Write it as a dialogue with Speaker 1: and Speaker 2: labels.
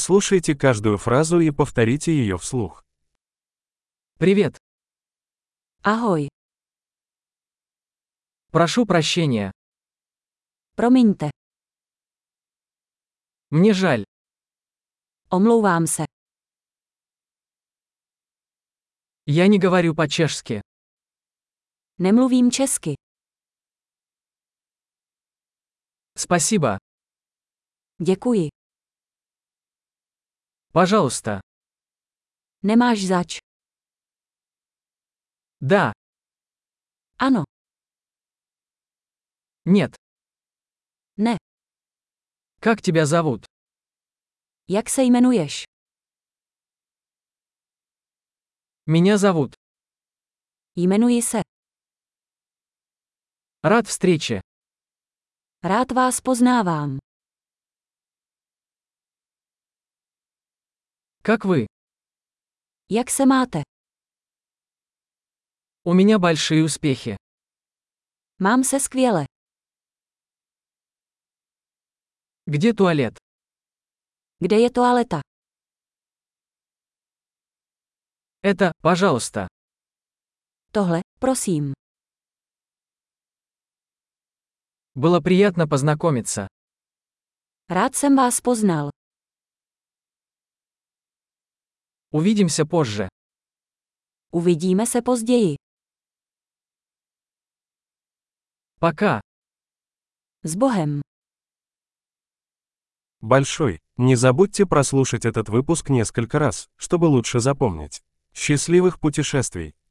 Speaker 1: Прослушайте каждую фразу и повторите ее вслух.
Speaker 2: Привет.
Speaker 3: Ahoj,
Speaker 2: Прошу прощения.
Speaker 3: promiňte,
Speaker 2: Мне жаль.
Speaker 3: omlouvám se,
Speaker 2: Я не говорю по-чешски.
Speaker 3: nemluvím česky,
Speaker 2: Спасибо.
Speaker 3: děkuji,
Speaker 2: Пожалуйста.
Speaker 3: nemáš zač,
Speaker 2: Да.
Speaker 3: ano,
Speaker 2: Нет.
Speaker 3: ne,
Speaker 2: Как тебя зовут?
Speaker 3: jak se jmenuješ?
Speaker 2: Меня зовут.
Speaker 3: Jmenuji se,
Speaker 2: Рад встрече.
Speaker 3: rád vás poznávám.
Speaker 2: Как вы?
Speaker 3: Jak se máte?
Speaker 2: У меня большие успехи.
Speaker 3: Mám se skvěle.
Speaker 2: Где туалет?
Speaker 3: Kde je toaleta?
Speaker 2: Это, пожалуйста.
Speaker 3: Tohle, prosím.
Speaker 2: Было приятно познакомиться.
Speaker 3: Rád jsem vás poznal.
Speaker 2: Увидимся позже.
Speaker 3: Uvidíme se později.
Speaker 2: Пока.
Speaker 3: S Bohem.
Speaker 1: Большой. Не забудьте прослушать этот выпуск несколько раз, чтобы лучше запомнить. Счастливых путешествий!